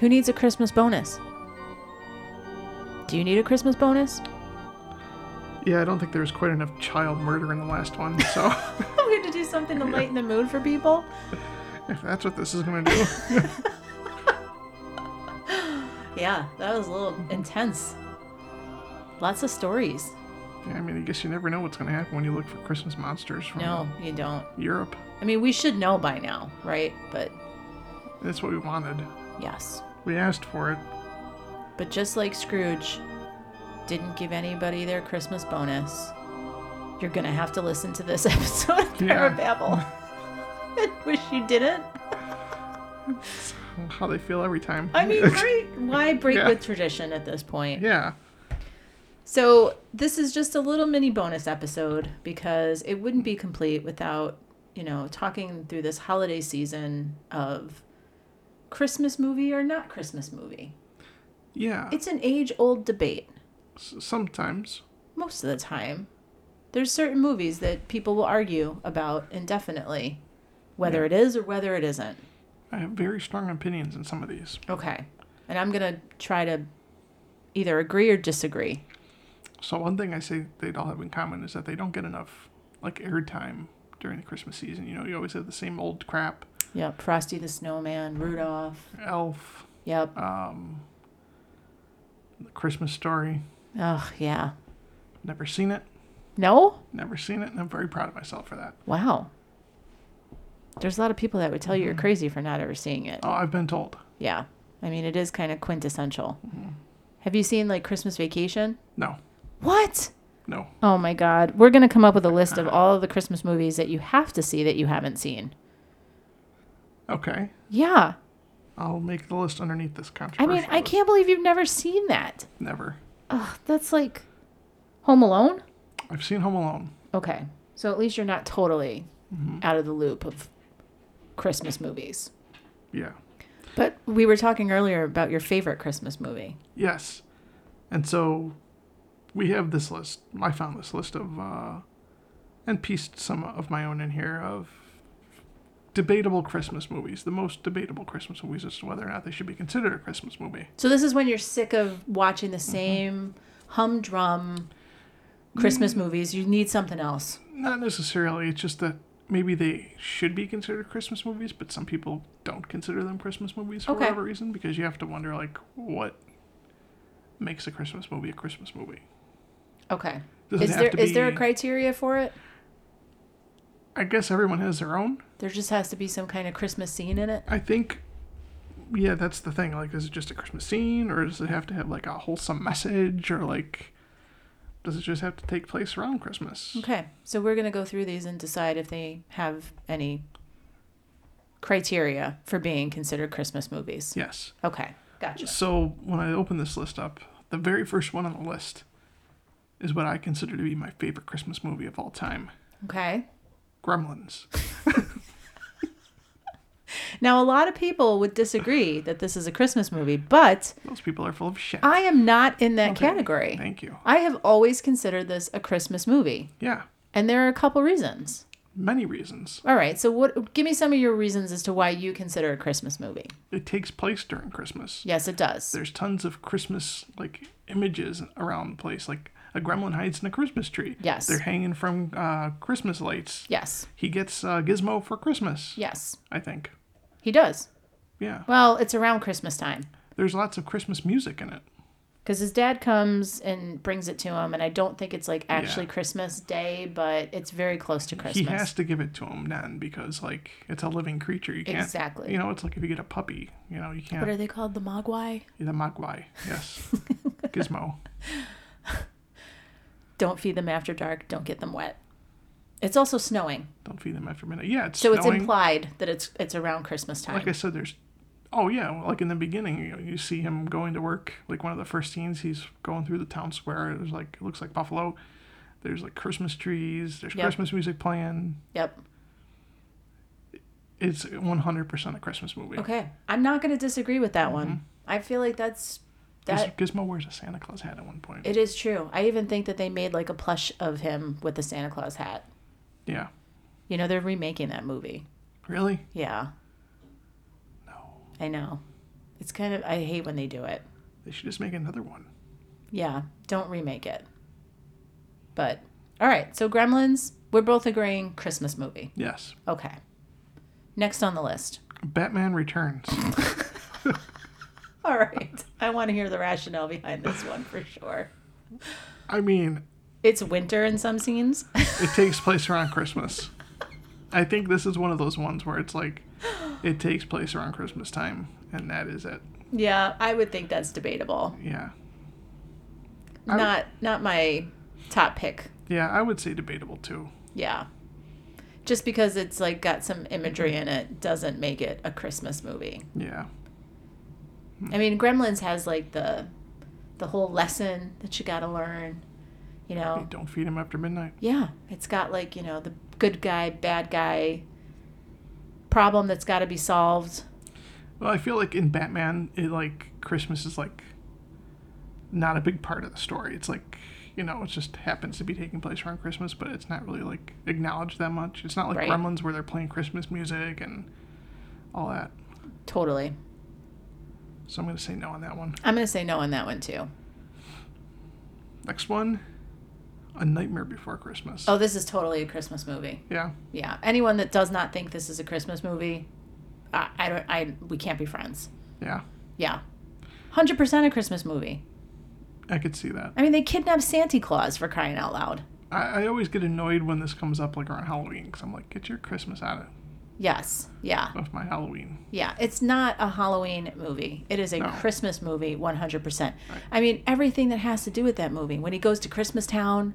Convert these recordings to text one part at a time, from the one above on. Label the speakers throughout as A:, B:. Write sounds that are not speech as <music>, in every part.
A: Who needs a Christmas bonus? Do you need a Christmas <laughs> bonus?
B: Yeah, I don't think there was quite enough child murder in the last one,
A: <laughs>
B: so
A: we had to do something to lighten the mood for people.
B: if that's what this is gonna do.
A: Yeah, that was a little intense. Lots of stories.
B: Yeah, I mean, I guess you never know what's gonna happen when you look for Christmas monsters from
A: No, you don't.
B: Europe.
A: I mean, we should know by now, right? But
B: That's what we wanted.
A: yes.
B: We asked for it.
A: But just like Scrooge didn't give anybody their Christmas bonus, you're going to have to listen to this <laughs> episode of <laughs>
B: Yeah.
A: Parababble. I wish you didn't.
B: How they feel every time.
A: I <laughs> mean, right? Why break
B: Yeah.
A: with tradition at this point?
B: yeah.
A: So, this is just a little mini bonus episode because it wouldn't be complete without, you know, talking through this holiday season of Christmas movie or not Christmas movie.
B: Yeah.
A: It's an age old debate.
B: S- sometimes.
A: most of the time. There's certain movies that people will argue about indefinitely, whether it is or whether it isn't.
B: I have very strong opinions in some of these.
A: Okay. And I'm going to try to either agree or disagree.
B: So one thing I say they'd all have in common is that they don't get enough like airtime during the Christmas season. You know, you always have the same old crap.
A: Yep. Frosty the Snowman, Rudolph.
B: Elf, um,
A: Yep.
B: the Christmas story.
A: Oh, yeah.
B: Never seen it.
A: No?
B: Never seen it, and I'm very proud of myself for that.
A: Wow. There's a lot of people that would tell you you're crazy for not ever seeing it.
B: Oh, I've been told.
A: Yeah. I mean, it is kind of quintessential. Have you seen like Christmas Vacation?
B: No,
A: What?
B: no.
A: Oh my God. We're going to come up with a list of all of the Christmas movies that you have to see that you haven't seen.
B: Okay,
A: Yeah.
B: I'll make the list underneath this
A: I
B: controversial.
A: mean, I
B: list.
A: can't believe you've never seen that.
B: Never.
A: Ugh, that's like Home Alone?
B: I've seen Home Alone. Mm-hmm.
A: Okay. So at least you're not totally out of the loop of Christmas movies.
B: Yeah.
A: But we were talking earlier about your favorite Christmas movie.
B: Yes. And so we have this list. I found this list of, uh, and pieced some of my own in here of debatable Christmas movies. The most debatable Christmas movies as to whether or not they should be considered a Christmas movie.
A: So this is when you're sick of watching the same humdrum Christmas movies. You need something else.
B: Not necessarily. It's just that maybe they should be considered Christmas movies, but some people don't consider them Christmas movies for
A: Okay.
B: whatever reason because you have to wonder, like, what makes a Christmas movie a Christmas movie?
A: Okay.
B: Does it
A: is
B: have
A: there
B: to
A: is there a
B: be-
A: criteria for it?
B: I guess everyone has their own.
A: There just has to be some kind of Christmas scene in it.
B: I think, yeah, that's the thing. Like, is it just a Christmas scene, or does it have to have like a wholesome message, or like, does it just have to take place around Christmas?
A: Okay. So we're going to go through these and decide if they have any criteria for being considered Christmas movies.
B: Yes.
A: Okay. Gotcha.
B: So when I open this list up, the very first one on the list is what I consider to be my favorite Christmas movie of all time,
A: Okay.
B: Gremlins.
A: Now, a lot of people would disagree that this is a Christmas movie, but
B: Those people are full of shit.
A: I am not in that
B: Okay,
A: category.
B: Thank you.
A: I have always considered this a Christmas movie,
B: Yeah,
A: and there are a couple reasons.
B: many reasons.
A: All right. So, what give me some of your reasons as to why you consider it a Christmas movie?
B: It takes place during Christmas.
A: Yes, it does.
B: There's tons of Christmas like images around the place, like a gremlin hides in a Christmas tree.
A: Yes.
B: They're hanging from uh, Christmas lights.
A: Yes.
B: He gets uh, Gizmo for Christmas.
A: Yes.
B: I think.
A: He does.
B: Yeah.
A: Well, it's around Christmas time.
B: There's lots of Christmas music in it.
A: Because his dad comes and brings it to him, and I don't think it's like actually
B: Yeah.
A: Christmas Day, but it's very close to Christmas.
B: He has to give it to him then because like it's a living creature. You can't.
A: Exactly.
B: You know, it's like if you get a puppy. You know, you
A: What
B: can't.
A: are they called? The Mogwai?
B: the Mogwai.
A: <laughs>
B: Yes. Gizmo.
A: Don't feed them after dark. Don't get them wet. It's also snowing,
B: Don't feed them after midnight. Yeah, it's
A: so it's
B: snowing.
A: implied that it's it's around Christmas time.
B: like I said, there's. Oh yeah, well, like in the beginning, you, you see him going to work. Like one of the first scenes, he's going through the town square. It was like it looks like Buffalo. There's like Christmas trees. There's
A: Yep.
B: Christmas music playing.
A: Yep.
B: It's 100% a Christmas movie.
A: Okay. I'm not going to disagree with
B: Mm-hmm.
A: that one. I feel like that's
B: Giz-
A: that.
B: Gizmo wears a Santa Claus hat at one point.
A: It is true. I even think that they made like a plush of him with the Santa Claus hat.
B: yeah.
A: You know, they're remaking that movie.
B: Really?
A: Yeah.
B: No.
A: I know. It's kind of I hate when they do it.
B: They should just make another one.
A: Yeah, don't remake it. But all right, so Gremlins, we're both agreeing Christmas movie.
B: Yes.
A: Okay. Next on the list. <laughs>
B: Batman Returns.
A: All right. I want to hear the rationale behind this one for sure.
B: I mean,
A: It's winter in some scenes. <laughs>
B: it takes place around Christmas. I think this is one of those ones where it's like it takes place around Christmas time and that is it.
A: yeah, I would think that's debatable.
B: Yeah. I-
A: Not not my top pick.
B: Yeah, I would say debatable too.
A: Yeah. Just because it's like got some imagery in it doesn't make it a Christmas movie.
B: Yeah.
A: I mean, Gremlins has like the the whole lesson that you got to learn, you know.
B: Hey, don't feed him after midnight.
A: Yeah, it's got like, you know, the good guy, bad guy problem that's got to be solved.
B: Well, I feel like in Batman, it like Christmas is like not a big part of the story. It's like you know, it just happens to be taking place around Christmas, but it's not really like acknowledged that much. It's not like
A: Right.
B: Gremlins where they're playing Christmas music and all that.
A: Totally.
B: So I'm gonna say no on that one.
A: I'm going to say no on that one too.
B: Next one, A Nightmare Before Christmas.
A: Oh, this is totally a Christmas movie.
B: Yeah,
A: Yeah. Anyone that does not think this is a Christmas movie, I, I don't I we can't be friends.
B: yeah,
A: Yeah. 100% a Christmas movie.
B: I could see that.
A: I mean, they kidnap Santa Claus for crying out loud.
B: I, I always get annoyed when this comes up like around Halloween because I'm like, get your Christmas out
A: Yes. Yeah.
B: of my Halloween.
A: Yeah, it's not a Halloween movie. It is a
B: No.
A: Christmas movie, 100%. I mean, everything that has to do with that movie. When he goes to Christmas Town,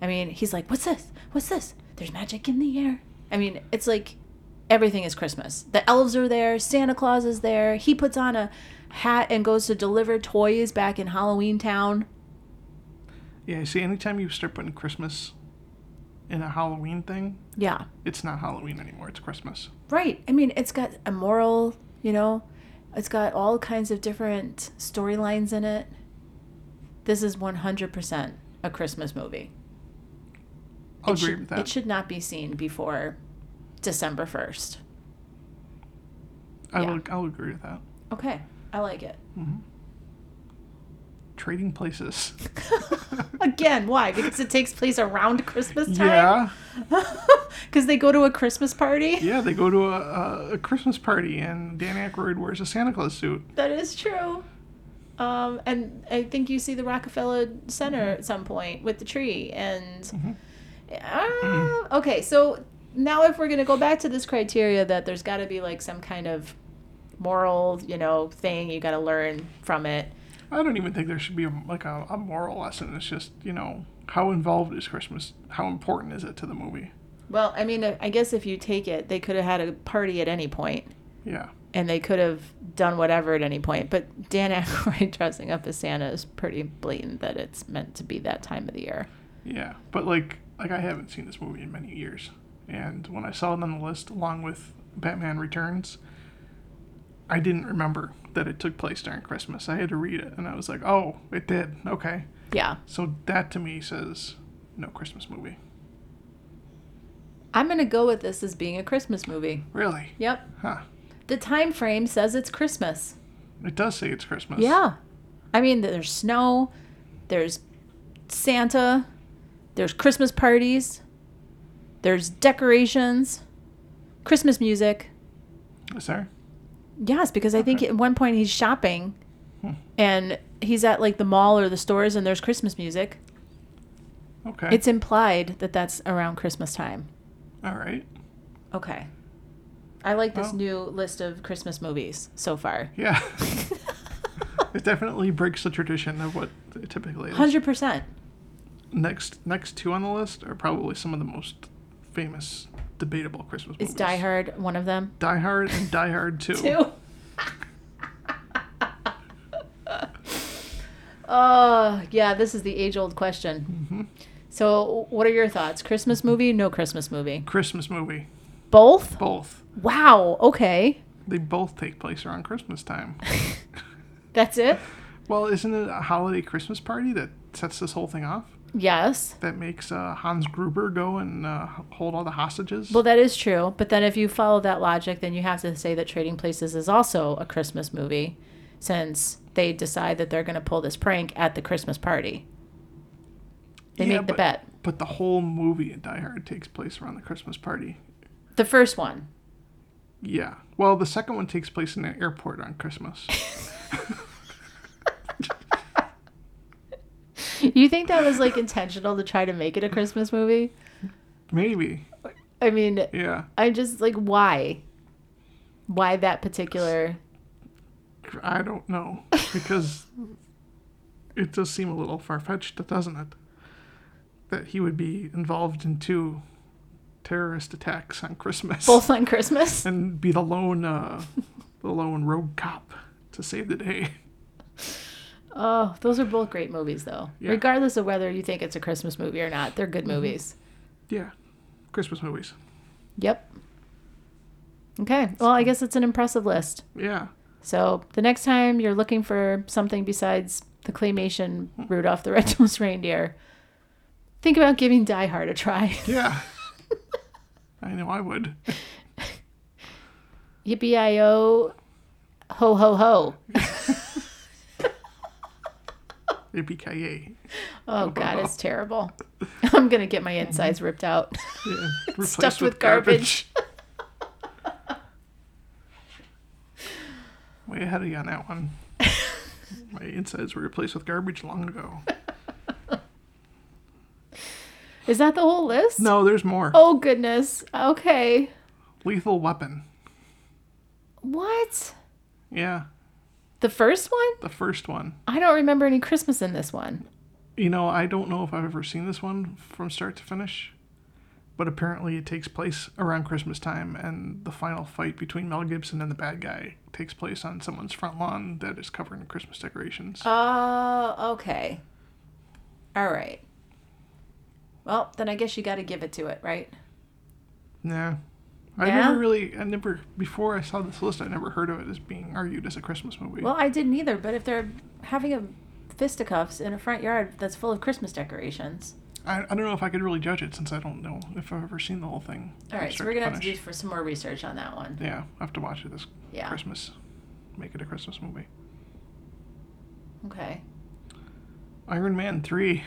A: I mean, he's like, What's this? What's this? There's magic in the air. I mean, it's like everything is Christmas. The elves are there, Santa Claus is there. He puts on a hat and goes to deliver toys back in Halloween Town.
B: Yeah, see, anytime you start putting Christmas in a Halloween thing,
A: Yeah,
B: it's not Halloween anymore. It's Christmas.
A: right. I mean, it's got a moral, you know, it's got all kinds of different storylines in it. This is 100% a Christmas movie.
B: I'll
A: it
B: agree
A: should,
B: with that.
A: It should not be seen before December 1st.
B: I
A: yeah.
B: will, I'll agree with that. Mm-hmm.
A: Okay, I like
B: <laughs>
A: it.
B: Trading places.
A: Again, why? Because it takes place around Christmas time?
B: yeah,
A: <laughs> Because they go to a Christmas party?
B: yeah. They go to a, a, a Christmas party and Dan Aykroyd wears a Santa Claus suit.
A: That is true. Um, and I think you see the Rockefeller Center
B: Mm-hmm.
A: at some point with the tree. And. Ah, okay, so now if we're going to go back to this criteria that there's got to be like some kind of moral, you know, thing you got to learn from it.
B: I don't even think there should be a, like a, a moral lesson. It's just you know how involved is Christmas? How important is it to the movie?
A: Well, I mean, I guess if you take it, they could have had a party at any point,
B: Yeah,
A: and they could have done whatever at any point. But Dan <laughs> Aykroyd dressing up as Santa is pretty blatant that it's meant to be that time of the year.
B: yeah. But like like I haven't seen this movie in many years, and when I saw it on the list along with Batman Returns, I didn't remember that it took place during Christmas. I had to read it, and I was like, oh, it did. Okay,
A: Yeah,
B: so that to me says no Christmas movie.
A: I'm gonna go with this as being a Christmas movie.
B: Really?
A: Yep,
B: Huh?
A: the time frame says it's Christmas.
B: It does say it's Christmas.
A: Yeah, I mean, there's snow, there's Santa, there's Christmas parties, there's decorations, Christmas music.
B: Is there?
A: Yes, because I think
B: Okay.
A: at one point he's shopping
B: Hmm.
A: and he's at like the mall or the stores and there's Christmas music.
B: Okay.
A: It's implied that that's around Christmas time.
B: all right.
A: Okay. I like this
B: Well.
A: new list of Christmas movies so far. <laughs>
B: Yeah. <laughs> It definitely breaks the tradition of what it typically is.
A: 100%.
B: Next, next two on the list are probably some of the most famous, debatable Christmas
A: Is
B: movies.
A: Die Hard one of them?
B: Die Hard and
A: <laughs>
B: Die Hard 2.
A: Two. oh, yeah, this is the age old question.
B: Mm-hmm.
A: So, what are your thoughts? Christmas movie? No Christmas movie?
B: Christmas movie.
A: Both?
B: Both.
A: Wow. Okay.
B: They both take place around
A: <laughs>
B: Christmas time.
A: That's it?
B: well, isn't it a holiday Christmas party that sets this whole thing off?
A: Yes.
B: that makes uh, Hans Gruber go and uh, hold all the hostages.
A: Well, that is true. But then if you follow that logic, then you have to say that Trading Places is also a Christmas movie since they decide that they're going to pull this prank at the Christmas party. They
B: Yeah,
A: make the
B: but-
A: bet.
B: But the whole movie in Die Hard takes place around the Christmas party.
A: The first one.
B: Yeah. Well, the second one takes place in an airport on Christmas.
A: <laughs> You think that was like intentional to try to make it a Christmas movie?
B: Maybe.
A: I mean,
B: Yeah.
A: I just like why? Why that particular
B: I don't know because it does seem a little far fetched, doesn't it? That he would be involved in two terrorist attacks on Christmas
A: both on Christmas?
B: <laughs> and be the lone, uh, the lone rogue cop to save the day.
A: Oh, those are both great movies though.
B: Yeah.
A: Regardless of whether you think it's a Christmas movie or not, they're good movies.
B: Yeah, Christmas movies.
A: Yep. Okay. Well, I guess it's an impressive list.
B: Yeah,
A: So the next time you're looking for something besides the claymation Rudolph the Red-Nosed Reindeer, think about giving Die Hard a try. <laughs>
B: yeah. I know I would.
A: Yippee I O, ho ho ho.
B: Yippee
A: Oh God, <laughs> it's terrible. I'm gonna get my insides ripped out,
B: Yeah. Replaced
A: stuffed with garbage. <laughs>
B: Way ahead of you on that one. My insides were replaced with garbage long ago.
A: Is that the whole list?
B: No, there's more.
A: Oh goodness. Okay.
B: Lethal Weapon.
A: What?
B: Yeah,
A: The first one?
B: the first one.
A: I don't remember any Christmas in this one.
B: You know, I don't know if I've ever seen this one from start to finish, but apparently it takes place around Christmas time, and the final fight between Mel Gibson and the bad guy takes place on someone's front lawn that is covered in Christmas decorations.
A: Oh, okay. All right. Well, then I guess you got to give it to it, right?
B: nah. I
A: Yeah?
B: never really, I never, before I saw this list, I never heard of it as being argued as a Christmas movie.
A: Well, I didn't either, but if they're having a fisticuffs in a front yard that's full of Christmas decorations.
B: I, I don't know if I could really judge it since I don't know if I've ever seen the whole thing.
A: All
B: from
A: right, so
B: start
A: we're going to have to
B: finish.
A: do for some more research on that one.
B: Yeah, I have to watch it this
A: Yeah.
B: Christmas. Make it a Christmas movie.
A: Okay.
B: Iron
A: <laughs>
B: Man 3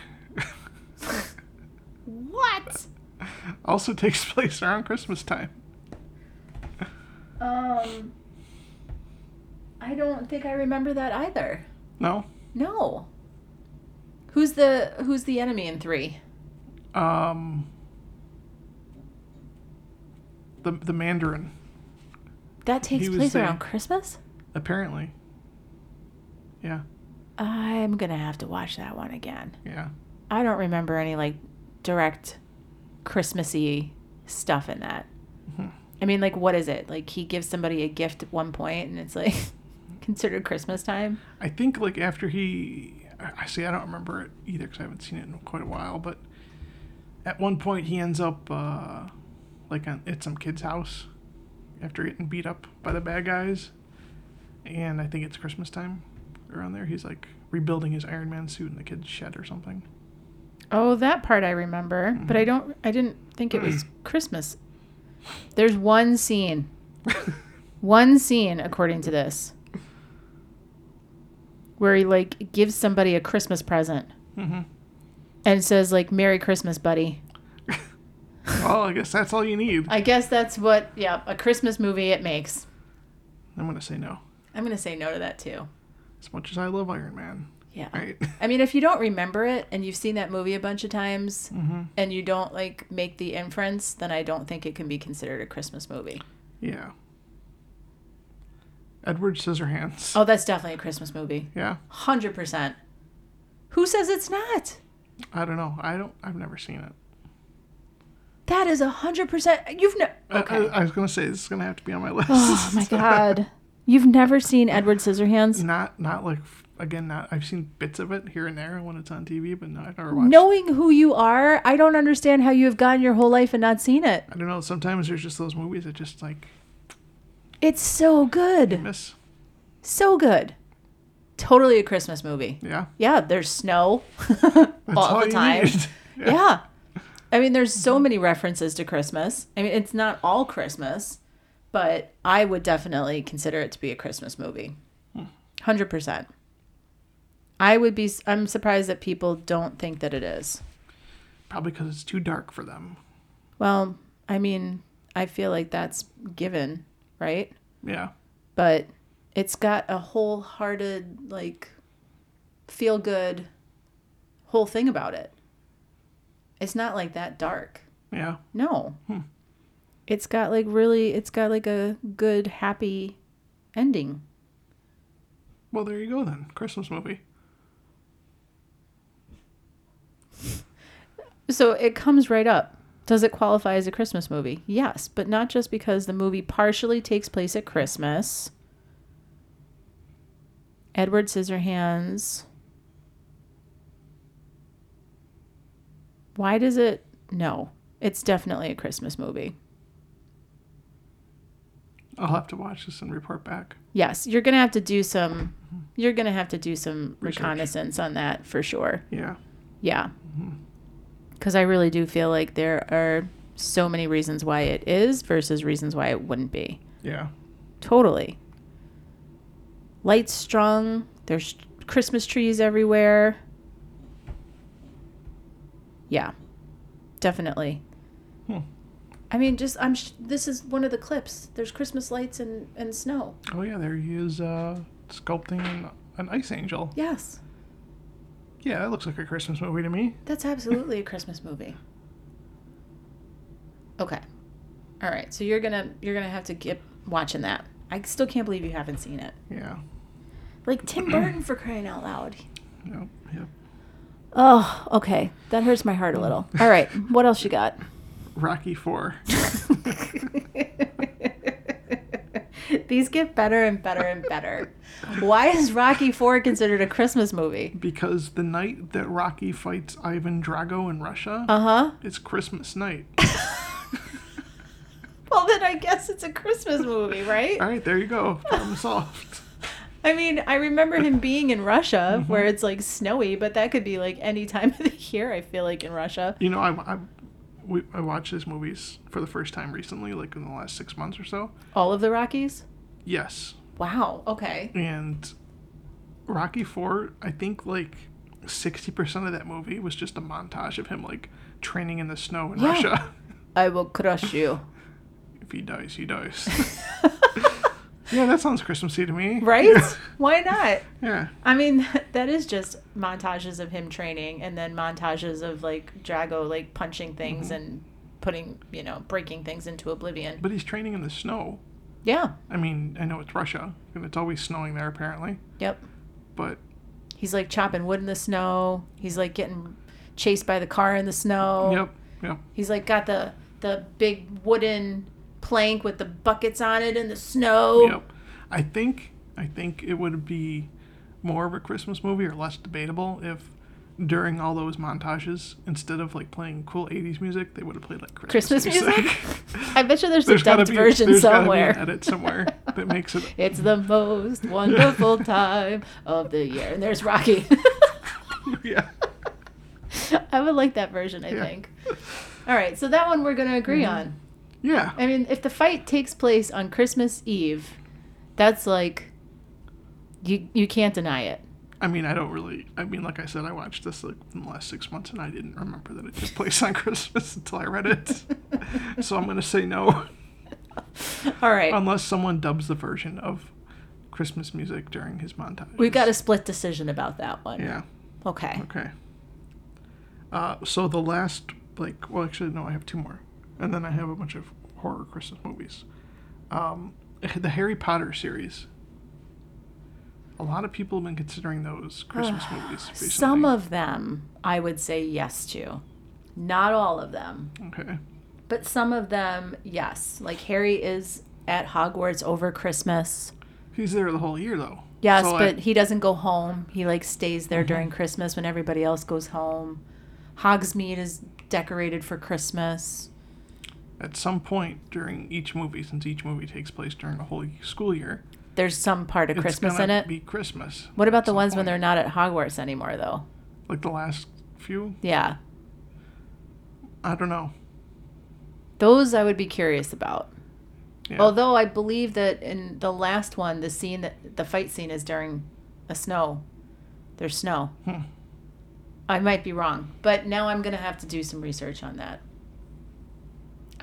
A: What?
B: also takes place around Christmas time.
A: Um I don't think I remember that either.
B: No?
A: No. Who's the who's the enemy in 3?
B: Um the, the Mandarin,
A: That takes
B: He was
A: place
B: the-
A: around Christmas?
B: apparently. Yeah,
A: I'm going to have to watch that one again.
B: yeah.
A: I don't remember any like direct Christmassy stuff in that.
B: Mhm.
A: I mean, like, what is it? Like, he gives somebody a gift at one point, and it's like <laughs> considered Christmas time.
B: I think like after he, I I see. I don't remember it either because I haven't seen it in quite a while. But at one point, he ends up uh, like on, at some kid's house after getting beat up by the bad guys, and I think it's Christmas time around there. He's like rebuilding his Iron Man suit in the kid's shed
A: <laughs>
B: or something.
A: Oh, that part I remember, but
B: Mm-hmm.
A: I don't. I didn't think it
B: <clears throat>
A: was Christmas. There's one scene, one scene according to this, where he like gives somebody a Christmas present
B: hmm
A: and says like "Merry Christmas, buddy."
B: Well, Oh, I guess that's all you need.
A: <laughs> I guess that's what. Yeah, a Christmas movie it makes.
B: I'm gonna say no.
A: I'm gonna say no to that too.
B: As much as I love Iron Man,
A: Yeah.
B: right?
A: I mean, if you don't remember it and you've seen that movie a bunch of times
B: Mm-hmm.
A: and you don't like make the inference, then I don't think it can be considered a Christmas movie.
B: yeah. Edward Scissorhands.
A: Oh, that's definitely a Christmas movie.
B: Yeah.
A: 100%. Who says it's not?
B: I don't know. I don't. I've never seen it.
A: That is 100%. You've never.
B: Okay.
A: Okay.
B: I, I was gonna say this is gonna have to be on my list.
A: Oh
B: <laughs>
A: my God. You've never seen Edward Scissorhands?
B: Not not like again. Not I've seen bits of it here and there when it's on TV, but no, I've never watched.
A: Knowing who you are, I don't understand how you have gone your whole life and not seen it.
B: I don't know. Sometimes there's just those movies that just like
A: It's so good.
B: miss.
A: So good. totally a Christmas movie.
B: Yeah.
A: Yeah, there's snow <laughs>
B: That's
A: all the
B: you
A: time.
B: need. <laughs>
A: Yeah. I mean, there's so many references to Christmas. I mean, it's not all Christmas, but I would definitely consider it to be a Christmas movie. 100%. I would be I'm surprised that people don't think that it is.
B: Probably because it's too dark for them.
A: Well, I mean, I feel like that's given, right?
B: Yeah.
A: But it's got a wholehearted like feel good whole thing about it. It's not like that dark.
B: Yeah.
A: No. It's got like really, it's got like a good, happy ending.
B: Well, there you go then. Christmas movie.
A: So it comes right up. Does it qualify as a Christmas movie? Yes, but not just because the movie partially takes place at Christmas. Edward Scissorhands. Why does it? No, it's definitely a Christmas movie.
B: I'll have to watch this and report back.
A: Yes, you're gonna have to do some. You're gonna have to do some
B: Research.
A: reconnaissance on that for sure.
B: Yeah. Mm-hmm.
A: Yeah. Because I really do feel like there are so many reasons why it is versus reasons why it wouldn't be.
B: Yeah.
A: Totally. Lights strung, there's Christmas trees everywhere. Yeah. Definitely.
B: Hmm.
A: I mean, just I'm. Sh- this is one of the clips. There's Christmas lights and and snow.
B: Oh yeah, there he is uh, sculpting an, an ice angel.
A: Yes,
B: Yeah, that looks like a Christmas movie to me.
A: That's absolutely a Christmas movie. Okay. All right. So you're going to you're going to have to get watching that. I still can't believe you haven't seen it.
B: Yeah.
A: Like Tim Burton for crying out loud.
B: Yep. Yep.
C: Oh, okay. That hurts my heart a little. All right. What else you got?
B: Rocky Four.
A: <laughs> These get better and better and better. Why is Rocky 4 considered a Christmas movie?
B: Because the night that Rocky fights Ivan Drago in Russia,
A: Uh-huh.
B: it's Christmas night.
A: <laughs> Well, then I guess it's a Christmas movie, right?
B: All right, there you go. Problem solved.
A: I mean, I remember
B: <laughs>
A: him being in Russia
B: Mm-hmm.
A: where it's like snowy, but that could be like any time of the year, I feel like, in Russia.
B: You know, I, I, we, I watched his movies for the first time recently, like in the last six months or so.
A: All of the Rockies?
B: Yes.
A: Wow. Okay.
B: And Rocky Four, I think like 60% of that movie was just a montage of him like training in the snow in
A: Yeah.
B: Russia. <laughs>
A: I will crush you.
B: If he dies, he dies. <laughs> yeah, that sounds Christmassy to me.
A: <laughs> right? Why not?
B: <laughs> Yeah.
A: I mean, <laughs> that is just montages of him training and then montages of like Drago like punching things and putting, you know, breaking things into oblivion.
B: Mm-hmm. But he's training in the snow.
A: Yeah.
B: I mean, I know it's Russia, and it's always snowing there apparently,
A: Yep.
B: but
A: He's like chopping wood in the snow. He's like getting chased by the car in the snow.
B: yep, yep.
A: He's like got the the big wooden plank with the buckets on it in the snow.
B: Yep. I think I think it would be more of a Christmas movie or less debatable if during all those montages, instead of like playing cool '80s music, they would have played like Christmas,
A: Christmas music?
B: <laughs>
A: I bet you there's,
B: There's
A: a
B: gotta
A: dubbed
B: be
A: version
B: there's gotta be
A: somewhere.
B: an edit somewhere that makes it.
A: <laughs> It's the most
B: <laughs>
A: wonderful time of the year. And there's Rocky.
B: Yeah.
A: <laughs> I would like that version, I
B: Yeah. Mm-hmm.
A: think. All right, so that one we're going to agree on.
B: Yeah.
A: I mean, if the fight takes place on Christmas Eve, that's like you you can't deny it. <laughs>
B: I mean, I don't really. I mean, like I said, I watched this like in the last six months, and I didn't remember that it took place <laughs> on Christmas until I read it.
A: <laughs>
B: so I'm gonna say no,
A: All right.
B: unless someone dubs the version of Christmas music during his montage.
A: we got a split decision about that one.
B: Yeah.
A: Okay.
B: Okay. Uh, so the last, like, well, actually, no, I have two more, and then I have a bunch of horror Christmas movies. Um, <laughs> the Harry Potter series. A lot of people have been considering those Christmas movies. Recently.
A: Ah, Some of them I would say yes to. Not all of them,
B: okay.
A: but some of them, yes. Like Harry is at Hogwarts over Christmas.
B: He's there the whole year though.
A: Yes,
B: So I- Mm-hmm.
A: but he doesn't go home. He like stays there during Christmas when everybody else goes home. Hogsmeade is decorated for Christmas.
B: at some point during each movie, since each movie takes place during the whole school year,
A: there's some part of
B: It's
A: Christmas
B: gonna
A: in it.
B: Be Christmas.
A: what about
B: at
A: the
B: some
A: ones when
B: point.
A: they're not at Hogwarts anymore, though?
B: like the last few?
A: Yeah,
B: I don't know.
A: those I would be curious about.
B: Yeah.
A: Although I believe that in the last one, the scene that the fight scene is during a snow. There's snow.
B: Hmm.
A: I might be wrong, but now I'm gonna have to do some research on that.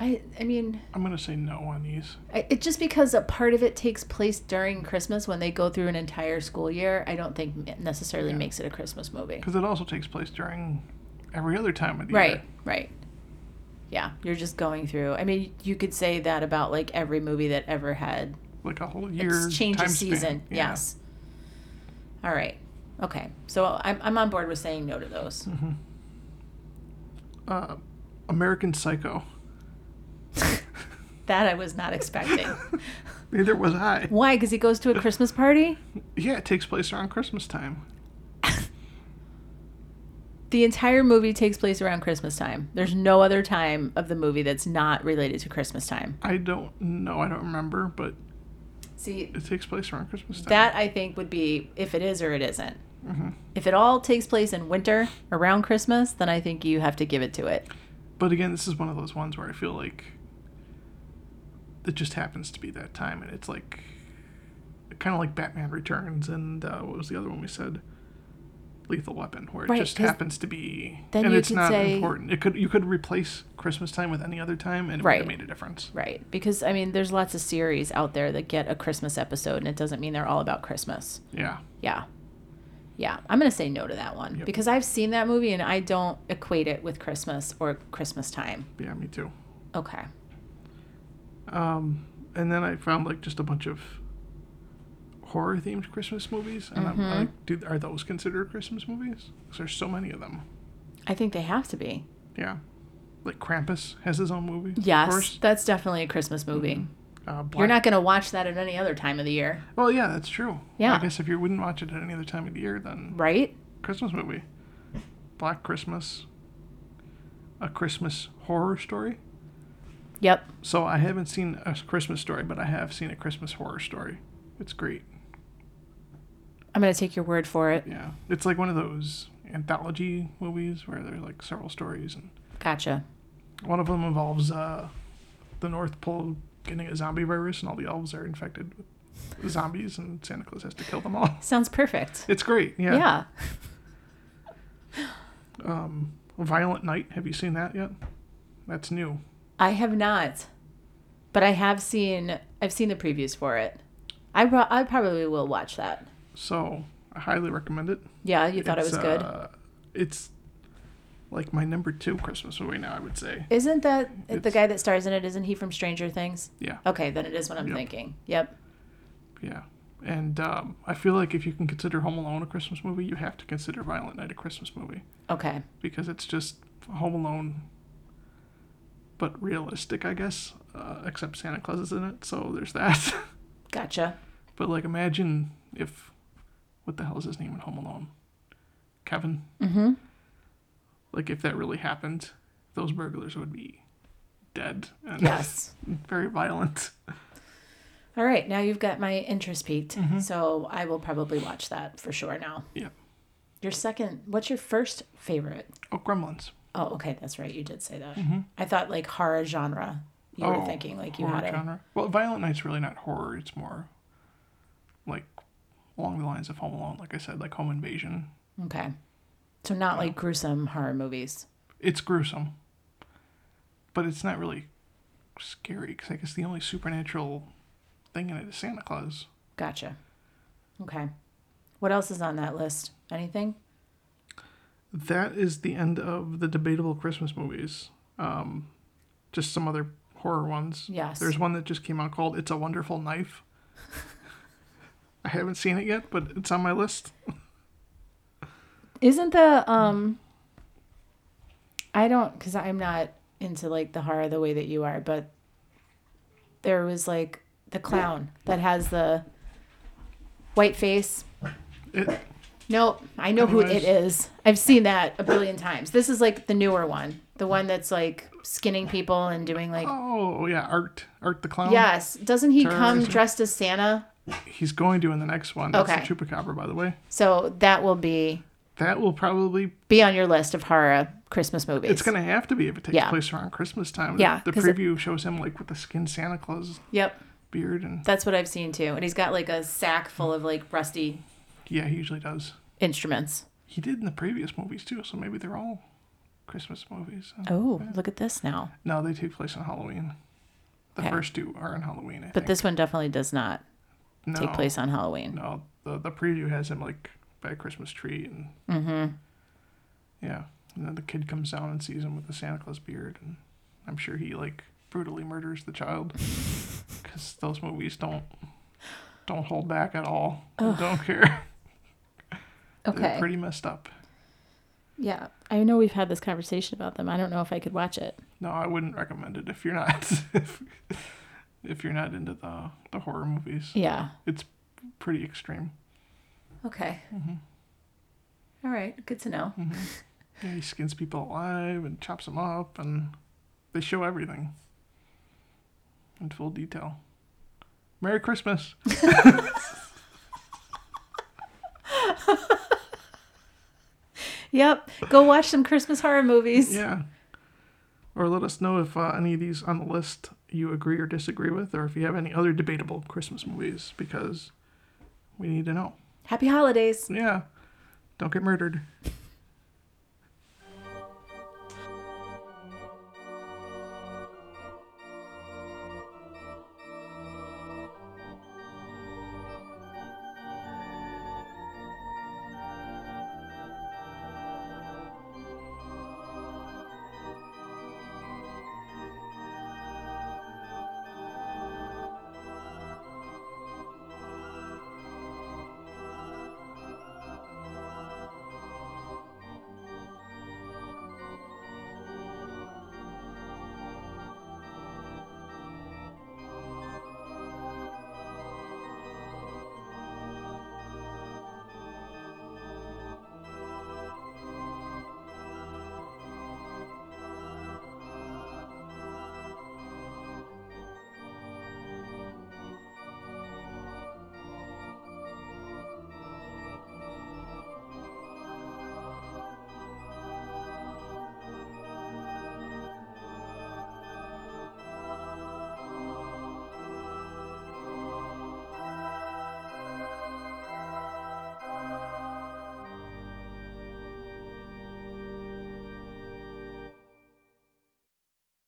A: I I mean,
B: I'm gonna say no on these.
A: I, it just because a part of it takes place during Christmas when they go through an entire school year, I don't think it necessarily
B: Yeah.
A: makes it a Christmas movie.
B: Because it also takes place during every other time of the
A: Right,
B: year.
A: right. Yeah, you're just going through. I mean, you could say that about like every movie that ever had
B: Like a whole year.
A: it's change
B: time
A: of
B: span.
A: season.
B: Yeah.
A: Yes. All right. Okay. So I'm I'm on board with saying no to
B: <laughs>
A: those. <laughs>
B: Mm-hmm. Uh, American Psycho.
A: That I was not <laughs> expecting.
B: <laughs> Neither was I.
A: Why? Because he goes to a Christmas party.
B: Yeah, it takes place around Christmas time.
A: The entire movie takes place around Christmas time. There's no other time of the movie that's not related to Christmas time.
B: I don't know. I don't remember, but
A: See,
B: it takes place around Christmas time.
A: that I think would be if it is or it isn't.
B: Mhm.
A: If it all takes place in winter around Christmas, then I think you have to give it to it.
B: But again, this is one of those ones where I feel like it just happens to be that time, and it's like kind of like Batman Returns and uh, what was the other one we said, Lethal Weapon, where it
C: Right,
B: just
C: 'cause
B: happens to be,
C: then
B: and
C: you
B: it's
C: could
B: not
C: say-
B: important. It could you could replace Christmas time with any other time, and it
A: Right.
B: would have made a difference.
A: Right. Because, I mean, there's lots of series out there that get a Christmas episode, and it doesn't mean they're all about Christmas.
B: Yeah,
A: Yeah. Yeah. I'm going to say no to that one
B: Yep.
A: because I've seen that movie and I don't equate it with Christmas or Christmas time.
B: yeah, me too.
A: Okay.
B: Um, and then I found like just a bunch of horror themed Christmas movies, and I'm
A: Mhm.
C: Mm-hmm.
B: like, do, are those considered Christmas movies? 'Cause there's so many of them.
A: I think they have to be.
B: Yeah. Like Krampus has his own movie. of
A: Yes.
B: course.
A: That's definitely a Christmas movie.
B: Uh, Black...
A: You're not going to watch that at any other time of the year,
B: Well, yeah, that's true.
A: Yeah.
B: I guess if you wouldn't watch it at any other time of the year, then
A: right?
B: Christmas movie. Black Christmas. A Christmas horror story.
A: Yep.
B: So I haven't seen a Christmas story, but I have seen a Christmas horror story. It's great.
A: I'm going to take your word for it.
B: Yeah. It's like one of those anthology movies where there's like several stories and
A: Gotcha.
B: One of them involves uh, the North Pole getting a zombie virus, and all the elves are infected with zombies, and Santa Claus has to kill them all.
A: <laughs> Sounds perfect.
B: <laughs> It's great. Yeah.
A: Yeah.
B: <laughs> Um, Violent Night. Have you seen that yet? That's new.
A: I have not, but I have seen. I've seen the previews for it. I pro- I probably will watch that.
B: So I highly recommend it.
A: Yeah, you thought
B: It's,
A: it was good.
B: Uh, it's like my number two Christmas movie now. I would say.
A: Isn't that the
B: it's-
A: guy that stars in it? Isn't he from Stranger Things?
B: Yeah.
A: Okay, then it is what I'm
B: Yep.
A: thinking. Yep.
B: Yeah. And um, I feel like if you can consider Home Alone a Christmas movie, you have to consider Violent Night a Christmas movie.
A: Okay.
B: because it's just Home Alone, but realistic, I guess. Uh, except Santa Claus is in it, so there's that. <laughs>
A: Gotcha.
B: but like, imagine if, what the hell is his name in Home Alone? Kevin.
A: Mm-hmm.
B: Like, if that really happened, those burglars would be dead and
A: Yes.
B: <laughs> very violent.
A: All right. Now you've got my interest peaked, so I will probably watch that for sure. Now.
B: Mm-hmm. Yep.
A: Your second. What's your first favorite?
B: Oh, Gremlins.
A: Oh, okay. That's right. You did say that.
B: Mhm.
A: I thought like horror genre. You
B: oh,
A: were thinking like you
B: horror
A: had a
B: genre. Well, Violent Night's really not horror. It's more like along the lines of Home Alone. Like I said, like Home Invasion.
A: Okay. So not like gruesome horror movies.
B: it's gruesome, but it's not really scary because I guess the only supernatural thing in it is Santa Claus.
A: Gotcha. Okay. What else is on that list? Anything?
B: That is the end of the debatable Christmas movies. Um, just some other horror ones.
A: Yes.
B: There's one that just came out called "It's a Wonderful Knife." I haven't seen it yet, but it's on my list.
A: Isn't the um I don't cuz I'm not into like the horror the way that you are, but there was like the clown that has the white face.
B: It,
A: Nope, I know who it
B: Anyways.
A: is. I've seen that a billion times. This is like the newer one, the one that's like skinning people and doing like
B: oh yeah, Art Art the Clown.
A: Yes. Doesn't he come
B: terrorism.
A: dressed as Santa?
B: he's going to in the next one. That's
A: Okay.
B: the Chupacabra, by the way.
A: So that will be
B: That will probably
A: be on your list of horror Christmas movies.
B: it's gonna have to be if it takes
A: Yeah.
B: place around Christmas time.
A: Yeah,
B: The
A: 'cause it-
B: preview shows him like with the skin Santa Claus
A: Yep,
B: beard and
A: that's what I've seen too. And he's got like a sack full of like rusty
B: yeah, he usually does.
A: instruments.
B: He did in the previous movies too, so maybe they're all Christmas movies.
A: Oh, look at this now.
B: No, they take place on Halloween. The
A: Okay.
B: first two are on Halloween, I
A: But
B: think.
A: this one definitely does not
B: no,
A: take place on Halloween.
B: No, the the preview has him like by a Christmas tree and
C: Mm-hmm.
B: yeah, and then the kid comes down and sees him with the Santa Claus beard, and I'm sure he like brutally murders
C: <laughs>
B: the child because those movies don't don't hold back at all. and Don't care. <laughs> They're
C: Okay.
B: pretty messed up.
C: Yeah. I know we've had this conversation about them. I don't know if I could watch it.
B: No, I wouldn't recommend it if you're not <laughs> if, if you're not into the the horror movies.
C: Yeah.
B: It's pretty extreme.
A: Okay.
B: Mm-hmm.
A: All right, good to know.
B: Yeah, <laughs> he skins people alive and chops them up, and they show everything in full detail. Merry Christmas.
A: Yep, go watch some Christmas horror movies.
B: Yeah. Or let us know if uh, any of these on the list you agree or disagree with, or if you have any other debatable Christmas movies, because we need to know.
A: Happy holidays.
B: Yeah. Don't get murdered.